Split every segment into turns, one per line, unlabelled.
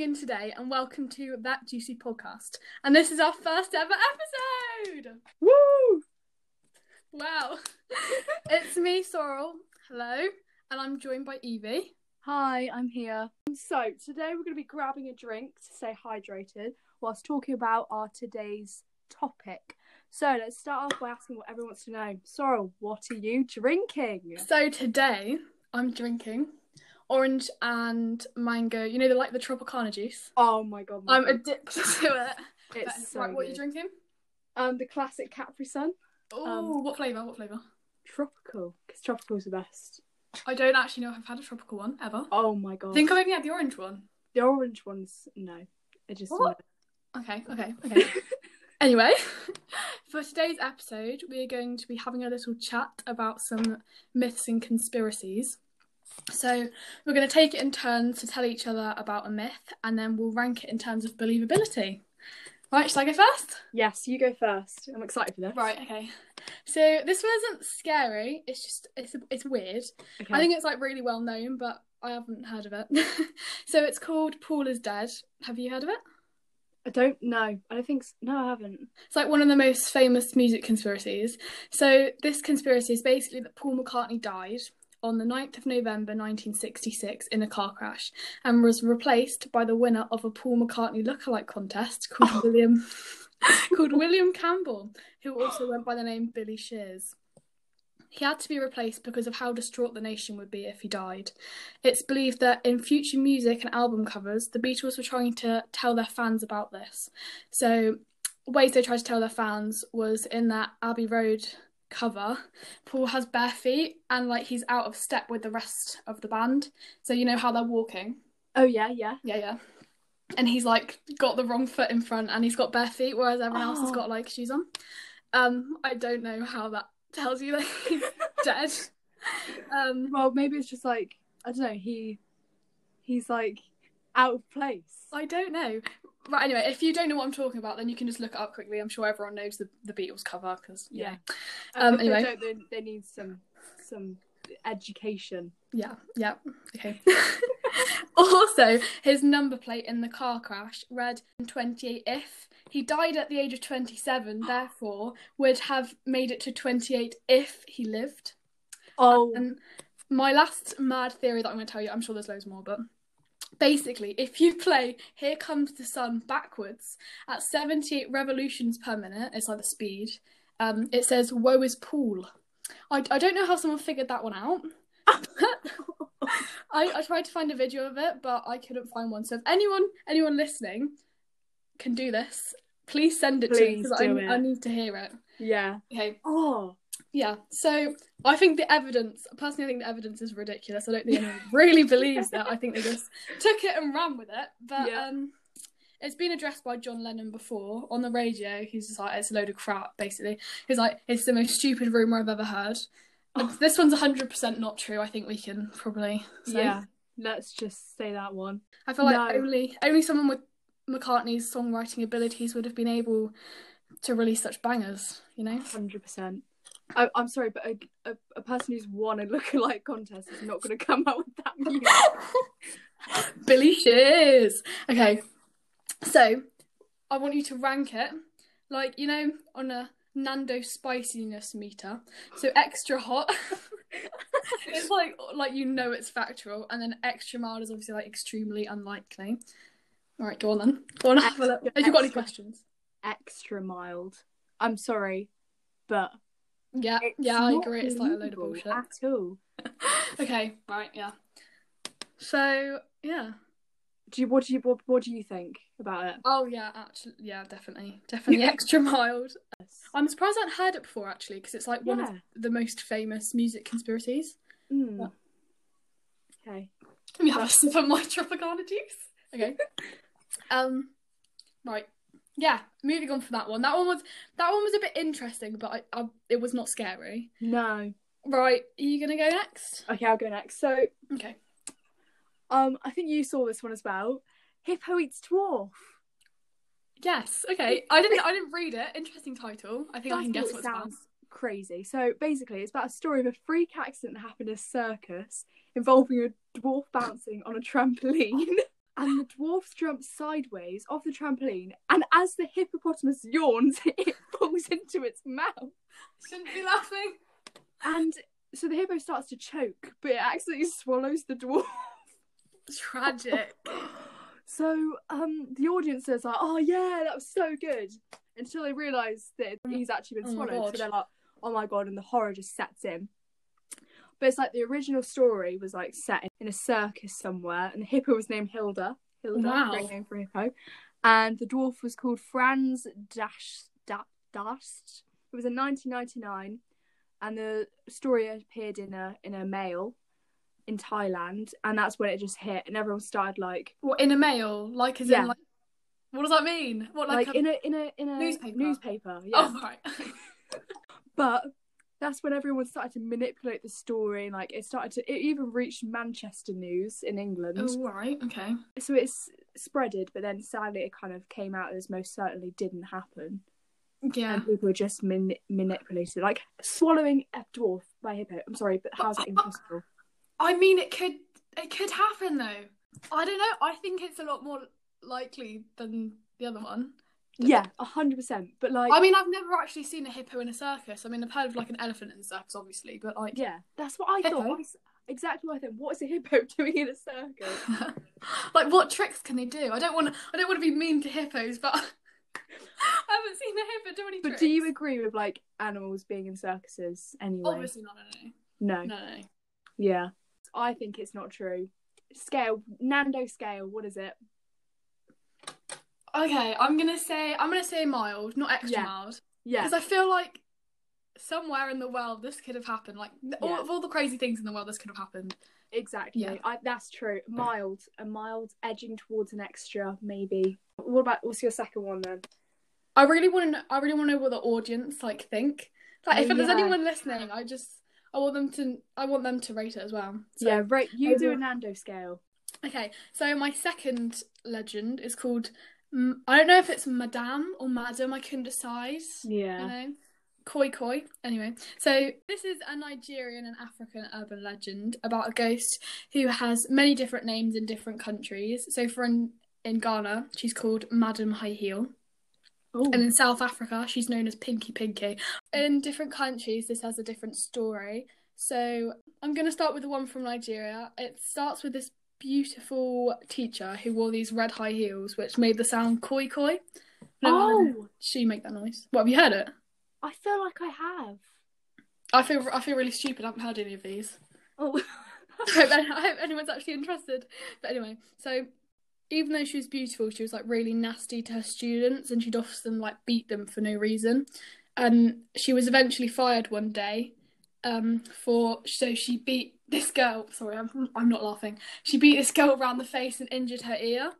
in today, and welcome to That Juicy Podcast. And this is our first ever episode.
Woo!
Wow, it's me, Sorrel. Hello, and I'm joined by Evie.
Hi, I'm here. So, today we're going to be grabbing a drink to stay hydrated whilst talking about our today's topic. So, let's start off by asking what everyone wants to know. Sorrel, what are you drinking?
So today I'm drinking orange and mango. You know, they like the Tropicana juice.
Oh my god, my
I'm
god.
addicted to it.
it's so
right, what are you
good.
drinking?
Um, the classic Capri Sun, Um,
Oh, what flavour? What flavour?
tropical, because tropical's the best.
I don't actually know if I've had a tropical one ever.
Oh my god,
I think I've only had the orange one.
the orange ones, no, it just
What? Okay, okay, okay. anyway, for today's episode, we are going to be having a little chat about some myths and conspiracies. So, we're going to take it in turns to tell each other about a myth and then we'll rank it in terms of believability. Right, shall I go first?
Yes, you go first. I'm excited for this.
Right, okay. So, this one isn't scary, it's just, it's, it's weird.
Okay.
I think it's like really well known, but I haven't heard of it. so, it's called Paul is Dead. Have you heard of it?
I don't know. I don't think. s No, I haven't.
It's like one of the most famous music conspiracies. So, this conspiracy is basically that Paul McCartney died on the 9th of November 1966 in a car crash and was replaced by the winner of a Paul McCartney lookalike contest called
Oh.
William called William Campbell, who also went by the name Billy Shears. He had to be replaced because of how distraught the nation would be if he died. It's believed that in future music and album covers, the Beatles were trying to tell their fans about this. So, ways they tried to tell their fans was in that Abbey Road cover, Paul has bare feet and like he's out of step with the rest of the band. So, you know how they're walking?
Oh yeah, yeah.
Yeah, yeah. And he's like got the wrong foot in front and he's got bare feet, whereas everyone else has
Oh.
got like shoes on. Um, I don't know how that tells you that he's dead. Um,
Well, maybe it's just like I don't know. He he's like out of place.
I don't know. Right, anyway, if you don't know what I'm talking about, then you can just look it up quickly. I'm sure everyone knows the, the Beatles cover because, yeah.
Yeah.
Um,
If they
anyway.
don't, then they need some some education.
Yeah, yeah, okay. also, his number plate in the car crash read 28 if. He died at the age of 27, therefore, would have made it to 28 if he lived.
Oh,
And my last mad theory that I'm going to tell you, I'm sure there's loads more, but basically, if you play Here Comes the Sun backwards at 78 revolutions per minute, it's like the speed, um, it says, Woe is Paul. I, I don't know how someone figured that one out. I, I tried to find a video of it, but I couldn't find one. So if anyone anyone listening can do this, please send it to me
Please
because I,
do it.
I need to hear it.
yeah.
Okay,
Oh,
yeah, so I think the evidence, personally, I think the evidence is ridiculous. I don't think anyone really believes that. I think they just took it and ran with it. But
Yeah.
um, it's been addressed by John Lennon before on the radio. He's just like, it's a load of crap, basically. He's like, it's the most stupid rumour I've ever heard. And
Oh.
This one's 100% not true. I think we can probably say.
yeah. Let's just say that one.
I feel like
No.
only only someone with McCartney's songwriting abilities would have been able to release such bangers, you know?
Hundred percent. I'm sorry, but a, a, a person who's won a lookalike contest is not going to come out with that music.
Billy Shears. Okay, so I want you to rank it like you know on a Nando spiciness meter. So extra hot, it's like like you know it's factual, and then extra mild is obviously like extremely unlikely. All right, go on then. Go on, have a look.
Extra-
Have you got any
extra-
questions?
Extra mild. I'm sorry, but
Yeah,
it's
yeah, I
not
agree. It's like a load of
believable
bullshit.
at all.
Okay, right, yeah. So yeah.
Do you, what do you what, what do you think about it?
Oh yeah, actually, yeah, definitely, definitely extra mild. I'm surprised I hadn't heard it before actually, because it's like one of
Yeah.
the most famous music conspiracies.
Mm. Okay.
Let me have a sip of my Tropicana juice. Okay. um, right. Yeah, moving on from that one. That one was that one was a bit interesting, but I, I, it was not scary.
No.
Right, are you gonna go next?
Okay, I'll go next. So,
Okay.
um, I think you saw this one as well. Hippo eats dwarf.
Yes. Okay. I didn't I didn't read it. Interesting title. I think I can guess
it
what's about.
sounds crazy. So basically, it's about a story of a freak accident that happened in a circus involving a dwarf bouncing on a trampoline. and the dwarf jumps sideways off the trampoline, and as the hippopotamus yawns, it falls into its mouth.
Shouldn't be laughing.
And so the hippo starts to choke, but it accidentally swallows the dwarf.
Tragic.
So um, the audience is like, "Oh yeah, that was so good," until they realise that he's actually been
Oh my
swallowed. so
God.
they're like, "Oh my god!" and the horror just sets in. But it's like the original story was like set in a circus somewhere, and the hippo was named Hilda. Hilda,
Wow.
great name for a hippo. And the dwarf was called Franz Dash da, Dast. It was in 1999, and the story appeared in a in a mail in Thailand, and that's when it just hit, and everyone started like
What in a mail? Like as
Yeah.
in like what does that mean? What like,
like,
a...
in a in a in a
Newspaper.
newspaper, yeah.
Oh right.
But that's when everyone started to manipulate the story. Like it started to it even reached Manchester news in England.
oh right, okay.
So it's spreaded, but then sadly it kind of came out as most certainly didn't happen.
Yeah.
And people were just man- manipulated, like swallowing a dwarf by a hippo. I'm sorry, but how's it impossible?
I mean it could it could happen though. I don't know. I think it's a lot more likely than the other one.
yeah, hundred percent. But like,
I mean, I've never actually seen a hippo in a circus. I mean, I've heard of like an elephant in a circus, obviously, but like,
yeah, that's what I thought.
Hippo?
Exactly what I thought. What is a hippo doing in a circus?
like what tricks can they do? I don't want I don't want to be mean to hippos, but I haven't seen a hippo do any
But
tricks.
do you agree with like animals being in circuses anyway?
Obviously not.
No.
No, no, no. no.
Yeah. I think it's not true. Scale, Nando scale, what is it?
Okay, I'm gonna say I'm gonna say mild, not extra
Yeah.
mild,
Yeah.
because I feel like somewhere in the world this could have happened. Like th- all
Yeah.
of all the crazy things in the world, this could have happened.
Exactly.
Yeah.
I, that's true. Mild, a mild edging towards an extra, maybe. What about what's your second one then?
I really want to. know I really want to know what the audience like think. Like, if
Oh,
there's
yeah.
anyone listening, I just I want them to. I want them to rate it as well. So-
yeah, right. You do a
overall-
Nando scale.
Okay. So my second legend is called. mm, I don't know if it's Madame or Madam. I couldn't decide. You
Yeah.
know. Koi Koi. Anyway, so this is a Nigerian and African urban legend about a ghost who has many different names in different countries. So, for in, in Ghana, she's called Madam High Heel.
Oh,
And in South Africa, she's known as Pinky Pinky. In different countries, this has a different story. So I'm going to start with the one from Nigeria. It starts with this beautiful teacher who wore these red high heels, which made the sound koi koi. I don't know,
oh
She make that noise. What have you heard it?
I feel like I have.
I feel I feel really stupid. I haven't heard any of these.
Oh.
I hope, I hope anyone's actually interested. But anyway, so even though she was beautiful, she was like really nasty to her students and she'd often like beat them for no reason. And she was eventually fired one day um, for so she beat this girl. Sorry, I'm, I'm not laughing. She beat this girl around the face and injured her ear.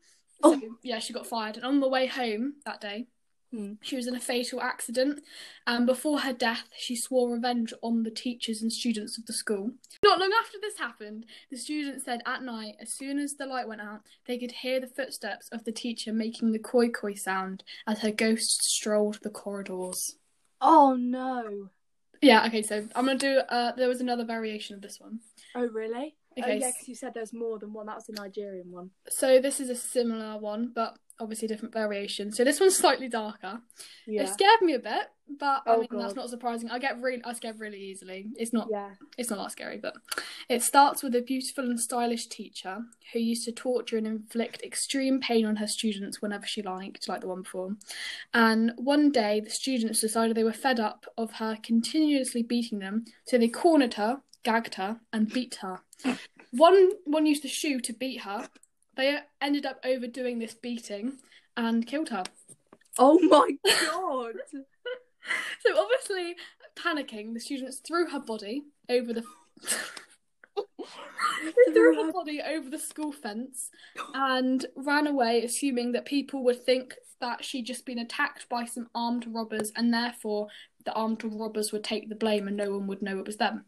So, yeah, she got fired. And on the way home that day,
Hmm.
she was in a fatal accident. And before her death, she swore revenge on the teachers and students of the school. Not long after this happened, the students said at night, as soon as the light went out, they could hear the footsteps of the teacher making the koi koi sound as her ghost strolled the corridors.
oh no.
Yeah, okay, so I'm gonna do. Uh, there was another variation of this one.
Oh really? Oh
Okay,
yeah, because you said there's more than one. That was a Nigerian one.
so this is a similar one, but obviously different variation. So this one's slightly darker. It scared me a bit, but I
Oh,
mean that's
God.
not surprising. I get really, I scared really easily. It's not
Yeah.
it's not that scary, but it starts with a beautiful and stylish teacher who used to torture and inflict extreme pain on her students whenever she liked, like the one before. And one day, the students decided they were fed up of her continuously beating them, so they cornered her, gagged her, and beat her. One one used the shoe to beat her. They ended up overdoing this beating and killed her.
Oh my god.
So obviously, panicking, the students threw her body over the. they threw her body over the school fence and ran away, assuming that people would think that she'd just been attacked by some armed robbers, and therefore the armed robbers would take the blame and no one would know it was them.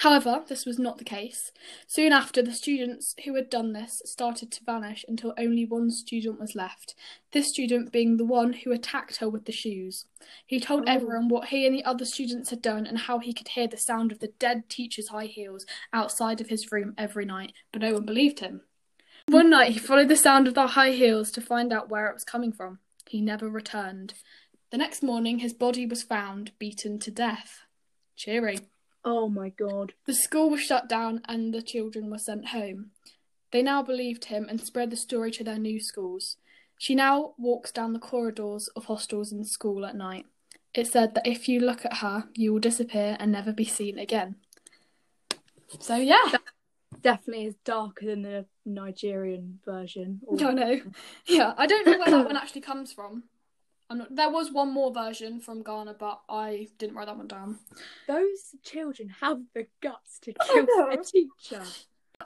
However, this was not the case. Soon after, the students who had done this started to vanish until only one student was left, this student being the one who attacked her with the shoes. He told
Oh.
everyone what he and the other students had done and how he could hear the sound of the dead teacher's high heels outside of his room every night, but no one believed him. One night he followed the sound of their high heels to find out where it was coming from. He never returned. The next morning his body was found beaten to death. Cheery.
Oh my god.
The school was shut down and the children were sent home. They now believed him and spread the story to their new schools. She now walks down the corridors of hostels and school at night. It said that if you look at her, you will disappear and never be seen again. So, yeah.
Definitely is darker than the Nigerian version. Or-
I know. Yeah, I don't know where that one actually comes from. I'm not, there was one more version from Ghana, but I didn't write that one down.
Those children have the guts to kill
know.
a teacher.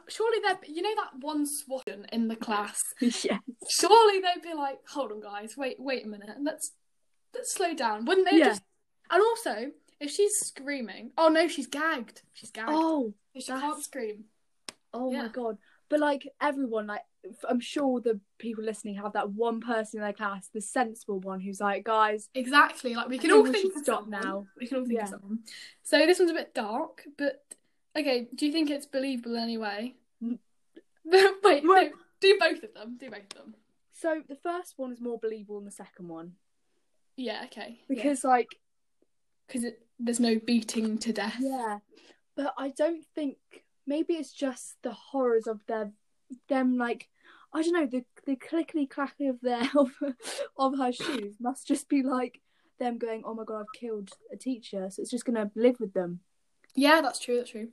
Surely there, you know that one swan in the class
yes.
surely they'd be like, hold on, guys, wait, wait a minute, let's let's slow down, wouldn't they?
Yeah.
Just... And also, if she's screaming, oh no, she's gagged. She's gagged.
Oh,
So she
that's-
can't scream.
Oh
Yeah.
my god! But like everyone, like f- I'm sure the people listening have that one person in their class, the sensible one, who's like, "Guys,
Exactly. Like we can
think
all
we
think
should
of
stop
someone.
now.
We can all think of
Yeah.
someone. So this one's a bit dark, but okay. Do you think it's believable anyway?
Mm.
wait, no,
Well-
do both of them. Do both of them.
so the first one is more believable than the second one
Yeah. Okay.
because, like,
because it there's no beating to death.
yeah." But I don't think maybe it's just the horrors of their them like I don't know the the clickety clackety of their of, of her shoes must just be like them going, "Oh my god, I've killed a teacher," so it's just gonna live with them.
Yeah, that's true. That's true.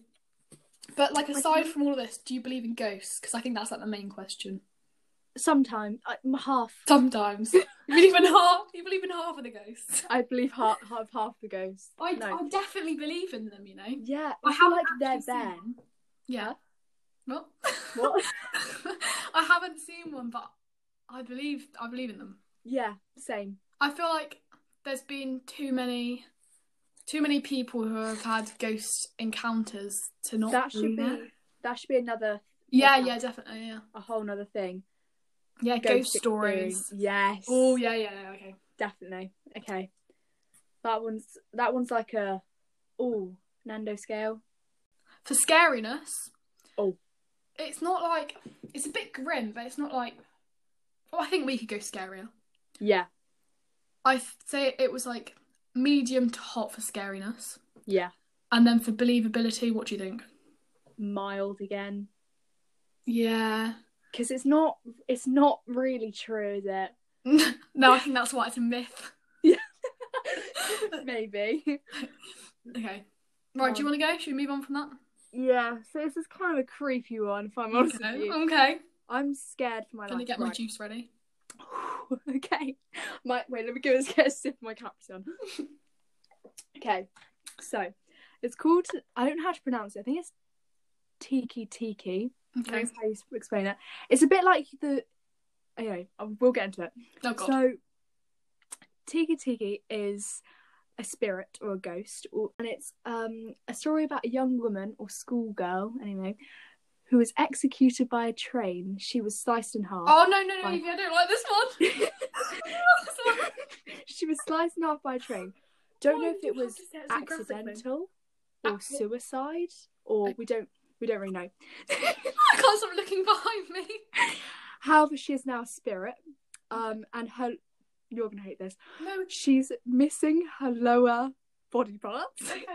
But like,
Like,
aside
you-
from all of this, do you believe in ghosts? Because I think that's like the main question.
Sometimes, I, half
Sometimes you believe in half. You believe in half of the ghosts.
I believe half half, half the ghosts.
I,
No.
I definitely believe in them. You know,
yeah,
I
I feel
haven't
like they're
actually seen
there.
one. Yeah. What?
What?
I haven't seen one, but I believe I believe in them.
yeah, same.
I feel like there's been too many, too many people who have had ghost encounters to not.
that should
believe
be
it.
that should be another
Yeah,
podcast.
yeah, definitely, yeah.
a whole nother thing.
Yeah, ghost, stories.
experience. Yes.
Oh yeah, yeah, yeah, okay.
definitely. Okay, that one's that one's like a oh Nando scale.
For scariness.
Oh.
It's not like it's a bit grim, but it's not like. Oh, I think we could go scarier.
Yeah,
I th- say it was like medium to hot for scariness,
yeah,
and then for believability, what do you think?
mild again
Yeah.
because it's not it's not really true, is it?
no, I think that's why it's a myth.
Maybe.
Okay. Right, do you want to go? Should we move on from that?
Yeah, so this is kind of a creepy one, if I'm honest with
okay.
you.
okay.
I'm scared for my
Gonna
life.
get my
right.
juice ready.
okay. My wait, let me go and get a sip of my Capri-Sun. okay, so it's called. I don't know how to pronounce it. I think it's Tiki Tiki.
Okay.
That's how you s- explain it. It's a bit like the. Anyway, I- we'll get into it.
Oh god.
So, Tiki Tiki is a spirit or a ghost, or, and it's um, a story about a young woman or schoolgirl, anyway, who was executed by a train. She was sliced in half.
Oh no no no!
Bye.
Evie, I don't like this one.
she was sliced in half by a train. Don't know
Why
if
do you
it
have
was
to say it so graphically?
accidental or
Acci-
suicide, or
Okay.
we don't we don't really know.
I can't stop looking behind me.
However, she is now a spirit, um, and her you're gonna hate this.
No.
She's missing her lower body parts,
Okay.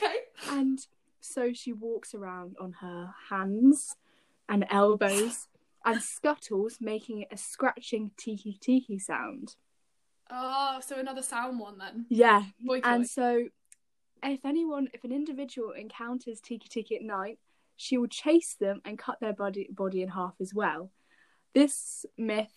Okay.
and so she walks around on her hands and elbows and scuttles, making a scratching tiki tiki sound.
Oh, so another sound one then.
Yeah,
Boy,
And
boy.
so, if anyone, if an individual encounters Tiki Tiki at night, she will chase them and cut their body body in half as well. This myth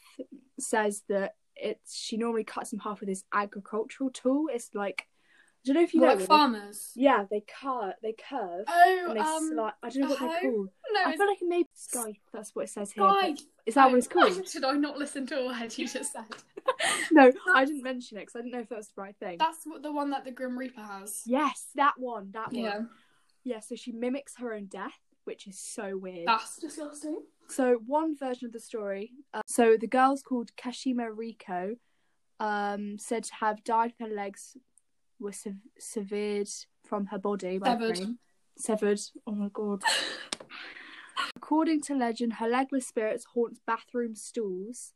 says that it's she normally cuts them half with this agricultural tool. It's like I don't know if you
More
know.
like
what
farmers.
they- yeah, they curve, they curve,
Oh,
and they
um,
sli I don't know
a
what they're
hoe?
called.
no,
I
it's
feel like it may be scythe. That's what it says here. but-
guy.
Is that what it's called?
Should I not listen to all that you just said?
no, I didn't mention it because I didn't know if that was the right thing.
That's what the one that the Grim Reaper has.
Yes, that one. That one.
Yeah.
Yeah, so she mimics her own death, which is so weird.
That's disgusting.
So one version of the story, uh, so the girl's called Kashima Riko, um, said to have died. Her legs were sev- severed from her body. By the
Severed.
train. Severed. Oh my god. According to legend, her legless spirits haunts bathroom stools,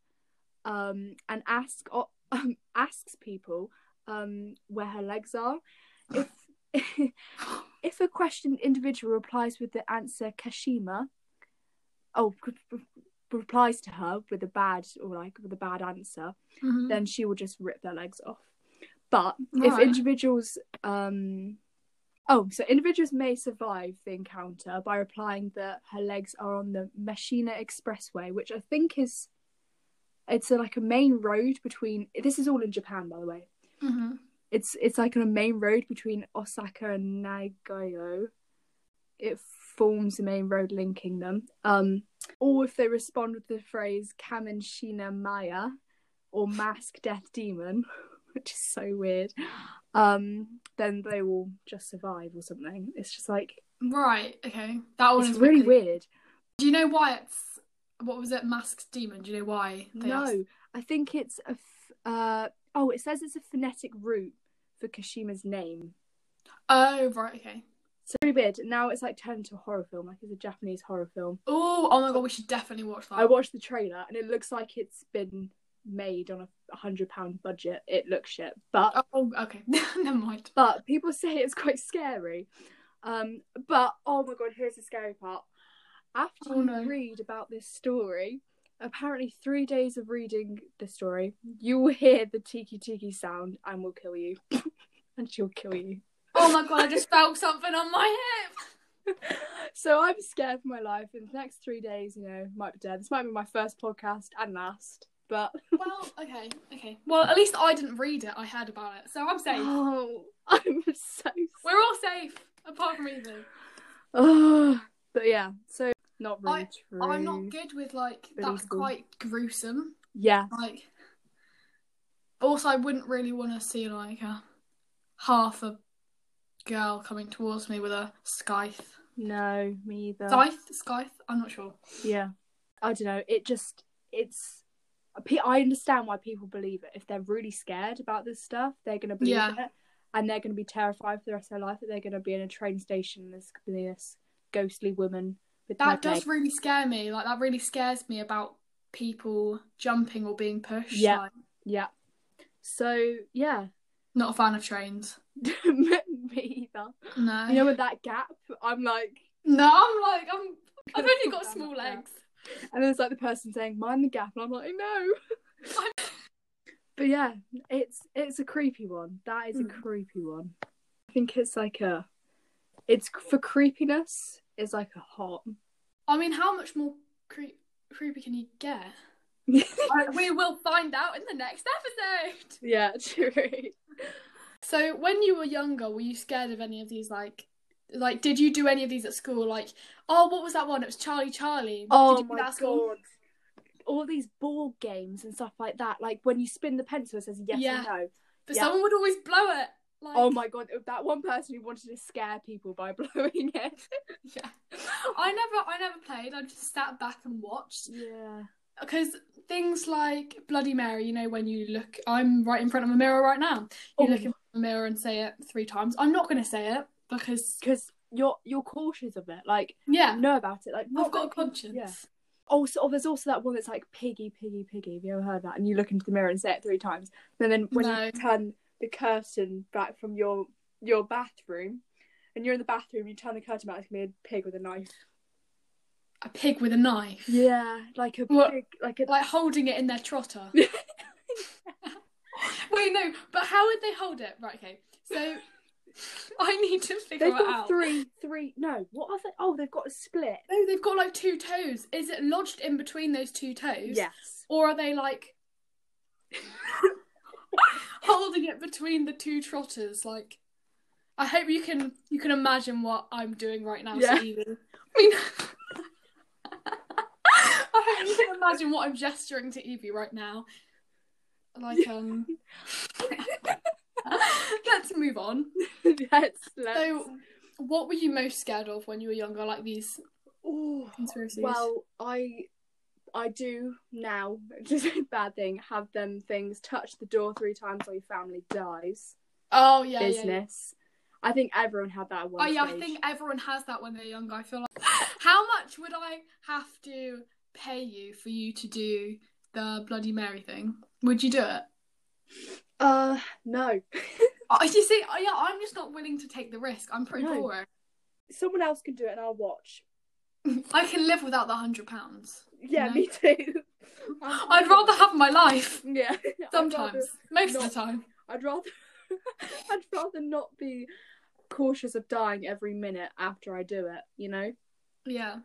um, and ask o- um, asks people um, where her legs are. If if a questioned individual replies with the answer Kashima, oh, g- g- replies to her with a bad or like with a bad answer,
Mhm.
then she will just rip their legs off. But if
Right.
individuals, um, oh, so individuals may survive the encounter by replying that her legs are on the Messina Expressway, which I think is, it's a, like a main road between. This is all in Japan, by the way.
Mhm.
It's it's like on a main road between Osaka and Nagayo. It forms the main road linking them. Um, or if they respond with the phrase Kamen Shina Maya or Mask Death Demon, which is so weird, um, then they will just survive or something. It's just like
Right. Okay. That one
it's
is
really
wicked.
weird.
Do you know why it's what was it? Masked demon. Do you know why they
no,
asked-
I think it's a f- uh, oh, it says it's a phonetic root for Kashima's name.
Oh right. Okay.
So really weird. Now it's like turned into a horror film, like it's a Japanese horror film.
Oh. Oh my god. We should definitely watch that.
I watched the trailer and it looks like it's been made on a hundred pound budget. It looks shit, but
Oh. Okay. Never mind.
but people say it's quite scary. Um, but oh my god, here's the scary part. After
Oh
you
no.
read about this story, apparently three days of reading the story, you will hear the tiki tiki sound and will kill you, and she'll kill you.
Oh my god. I just felt something on my hip.
So I'm scared for my life. In the next three days, you know, might be dead. This might be my first podcast and last, but
Well. Okay. Okay. Well, at least I didn't read it. I heard about it, so I'm safe.
oh, I'm so.
We're all safe apart from Ethan.
Oh, but yeah, so not really true.
I'm not good with like that's
Believable.
quite gruesome.
Yeah,
Like, also, I wouldn't really want to see like a half a girl coming towards me with a scythe.
no, me either.
Scythe, scythe. I'm not sure.
Yeah. I don't know. It just, it's. pe- I understand why people believe it. If they're really scared about this stuff, they're going to believe
Yeah.
it. And they're going to be terrified for the rest of their life that they're going to be in a train station and there's going to be this ghostly woman with
That
no
does
leg.
really scare me. Like that really scares me about people jumping or being pushed.
Yeah.
Like,
Yeah. So, yeah.
not a fan of trains.
me either.
No.
You know, with that gap, I'm like.
no, I'm like I'm. I've only got
Down
small
that gap.
legs.
And then it's like the person saying, "Mind the gap," and I'm like, "No." but yeah, it's it's a creepy one. That is a
Mm.
creepy one. I think it's like a, it's for creepiness. It's like a hot.
I mean, how much more creep creepy can you get? Uh, we will find out in the next episode.
yeah, true.
So, when you were younger, were you scared of any of these? Like, like, did you do any of these at school? Like, oh, what was that one? It was Charlie Charlie.
Oh
did you do
my
that
god.
at school?
All these board games and stuff like that. Like when you spin the pencil, it says yes
Yeah.
or no.
But
Yeah.
someone would always blow it. Like,
Oh my god, that one person who wanted to scare people by blowing it.
Yeah. I never, I never played. I just sat back and watched
Yeah.
because things like Bloody Mary. You know, when you look, I'm right in front of a mirror right now.
Oh
You look in front of a mirror and say it three times. I'm not going to say it because
because you're you're cautious of it. Like
yeah,
know about it. Like
I've
not
got a
many people-
conscience.
Yeah. Also, oh, there's also that one that's like piggy, piggy, piggy. Have you ever heard that? And you look into the mirror and say it three times. And then when
No.
you turn the curtain back from your your bathroom, and you're in the bathroom, you turn the curtain back. It's gonna be a pig with a knife.
A pig with a knife,
Yeah, like a
What?
pig, like a
like holding it in their trotter. Wait, no, but how would they hold it? Right, okay. So I need to figure
They've
it
got
out.
three, three. No, what are they? Oh, they've got a split.
No, they've got like two toes. Is it lodged in between those two toes?
Yes.
Or are they like holding it between the two trotters? Like I hope you can you can imagine what I'm doing right now,
Yeah.
Stephen. I mean I hope you can imagine what I'm gesturing to Evie right now. Like um let's move on.
let's let's.
So, what were you most scared of when you were younger? Like these
Ooh.
conspiracies?
Well, I I do now, which is a bad thing, have them things touch the door three times or your family dies.
oh yeah, yeah, yeah.
Business. I think everyone had that at
Oh
one.
yeah, I
stage.
think everyone has that when they're younger. I feel like How much would I have to pay you for you to do the Bloody Mary thing? Would you do it?
Uh, no.
Oh, you see, oh, yeah, I'm just not willing to take the risk. I'm pretty
No.
boring.
Someone else can do it and I'll watch.
I can live without the hundred pounds.
Yeah,
No.
me too.
I'd rather have my life.
Yeah. I'd rather,
Sometimes, most of
not.
the time.
I'd rather, I'd rather not be cautious of dying every minute after I do it, you know?
Yeah.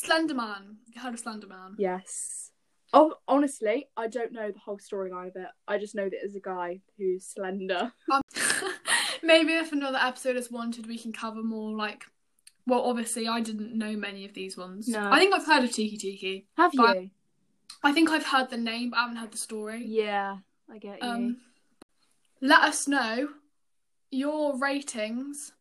Slenderman. You heard of Slenderman?
Yes. Oh, honestly, I don't know the whole storyline of it. I just know that there's a guy who's slender.
Um, maybe if another episode is wanted, we can cover more like. Well, obviously, I didn't know many of these ones.
No.
I think I've heard of Tiki Tiki.
Have
But-
you?
I think I've heard the name, but I haven't heard the story.
Yeah, I get you.
Um, let us know your ratings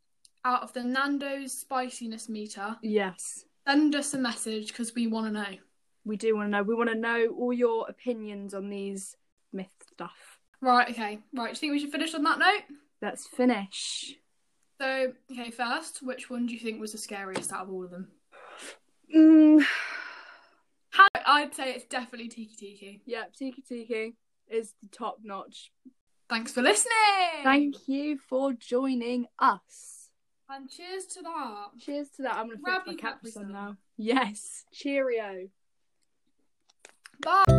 out of the Nando's spiciness meter.
yes,
Send us a message because we want to know.
we do want to know. We want to know all your opinions on these myth stuff.
Right, okay. Right, do you think we should finish on that note?
Let's finish.
So, okay, first, which one do you think was the scariest out of all of them?
Mm.
How, I'd say it's definitely Tiki Tiki.
Yeah, Tiki Tiki is the top notch.
Thanks for listening!
Thank you for joining us.
And cheers to that.
Cheers to that. I'm going to
Grab
fix my
your
caps
Capri
on
Sun.
now. Yes. Cheerio.
Bye!